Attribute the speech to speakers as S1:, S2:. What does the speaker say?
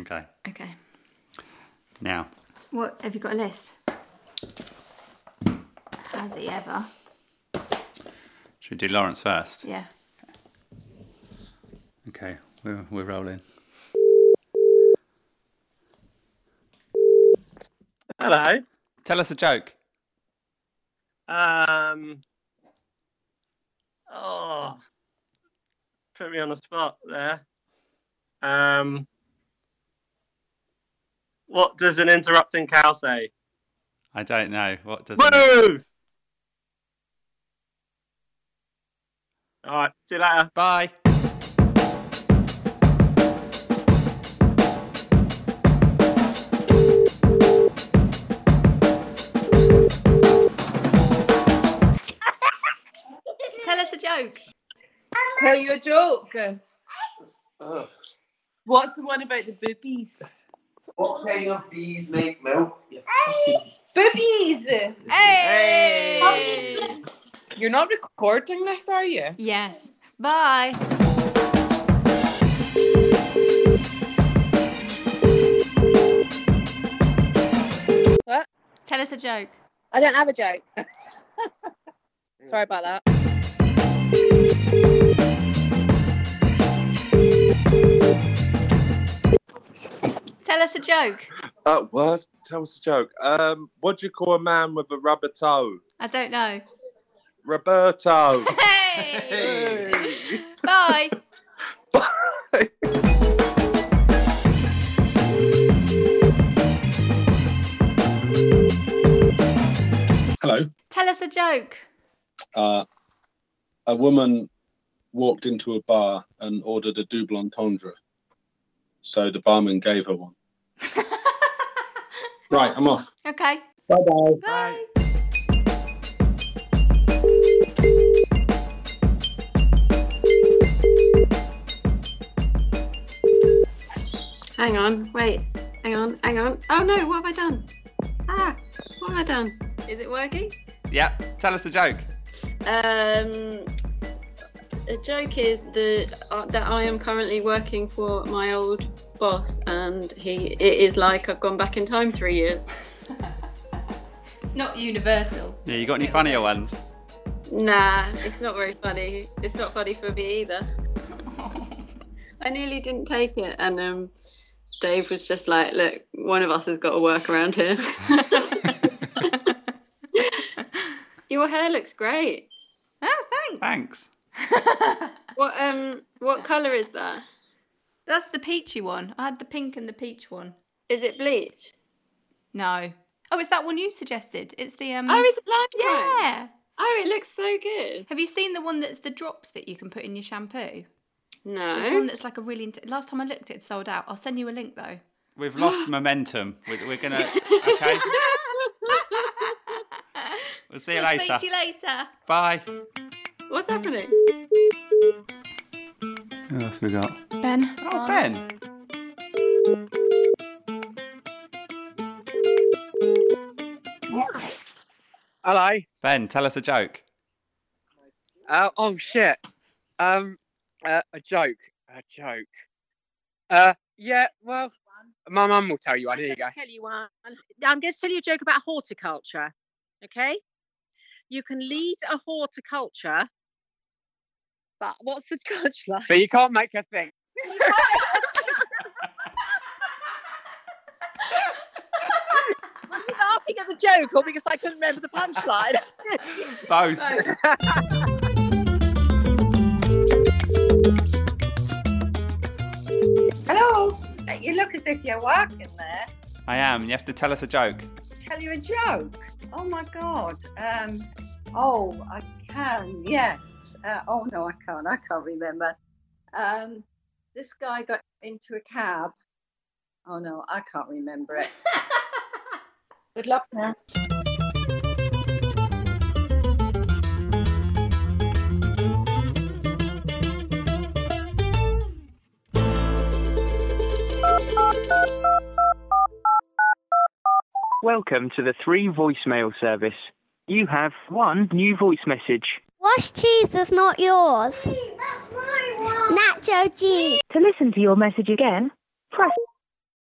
S1: Okay.
S2: Okay.
S1: Now,
S2: What have you got a list? Has he ever?
S1: should we do Lawrence first?
S2: Yeah.
S1: Okay, we're, we're rolling.
S3: Hello.
S1: Tell us a joke.
S3: Um. Oh, put me on the spot there. Um. What does an interrupting cow say?
S1: I don't know. What does it
S3: Woo! All right. See you later.
S1: Bye.
S2: Tell us a joke.
S4: Tell you a joke. What's the one about the boobies?
S5: What kind of bees make milk?
S4: Boobies!
S2: Hey!
S4: You're not recording this, are you?
S2: Yes. Bye.
S6: What?
S2: Tell us a joke.
S6: I don't have a joke. Sorry about that.
S2: Tell us a joke.
S7: Uh, what? Tell us a joke. Um, what do you call a man with a rubber toe?
S2: I don't know.
S7: Roberto.
S2: Hey! Bye.
S8: Hello.
S2: Tell us a joke.
S8: Uh, a woman walked into a bar and ordered a double entendre. So the barman gave her one. Right, I'm off.
S2: okay.
S8: Bye bye.
S2: Bye.
S9: Hang on, wait, hang on, hang on. Oh no, what have I done? Ah, what have I done? Is it working?
S1: Yeah, tell us a joke.
S9: Um, the joke is the, uh, that I am currently working for my old boss, and he it is like I've gone back in time three years.
S2: It's not universal.
S1: Yeah, you got any funnier ones?
S9: Nah, it's not very funny. It's not funny for me either. I nearly didn't take it, and um, Dave was just like, "Look, one of us has got to work around here." Your hair looks great.
S2: Oh, thanks.
S1: Thanks.
S9: What um, what colour is that?
S2: That's the peachy one. I had the pink and the peach one.
S9: Is it bleach?
S2: No. Oh, is that one you suggested? It's the um.
S9: Oh, is it lime green?
S2: yeah.
S9: Oh, it looks so good.
S2: Have you seen the one that's the drops that you can put in your shampoo? It's
S9: No.
S2: one that's like a really. Int- Last time I looked, it sold out. I'll send you a link though.
S1: We've lost momentum. We're, we're gonna. Okay. We'll see you
S2: We'll
S1: later.
S2: Speak to you later.
S1: Bye.
S9: What's happening?
S1: Who else we got?
S2: Ben.
S1: Oh, Ben.
S3: Hello.
S1: Ben, tell us a joke.
S3: Uh, oh shit. Um, uh, a joke. A joke. Uh, yeah. Well, my mum will tell you. I
S10: I'm
S3: Here you go.
S10: gonna tell you one. I'm going to tell you a joke about horticulture. Okay, you can lead a horticulture, but what's the punchline?
S3: But you can't make her think.
S10: Were you laughing at the joke or because I couldn't remember the punchline?
S1: Both.
S2: Both.
S11: Hello. You look as if you're working there.
S1: I am. You have to tell us a joke.
S11: Tell you a joke. Oh my god. Um. Oh, I can. Yes. Uh, oh no, I can't. I can't remember. Um. This guy got into a cab. Oh no, I can't remember it. Good luck now.
S12: Welcome to the three voicemail service. You have one new voice message.
S13: Wash cheese is not yours. Nacho cheese.
S14: To listen to your message again, press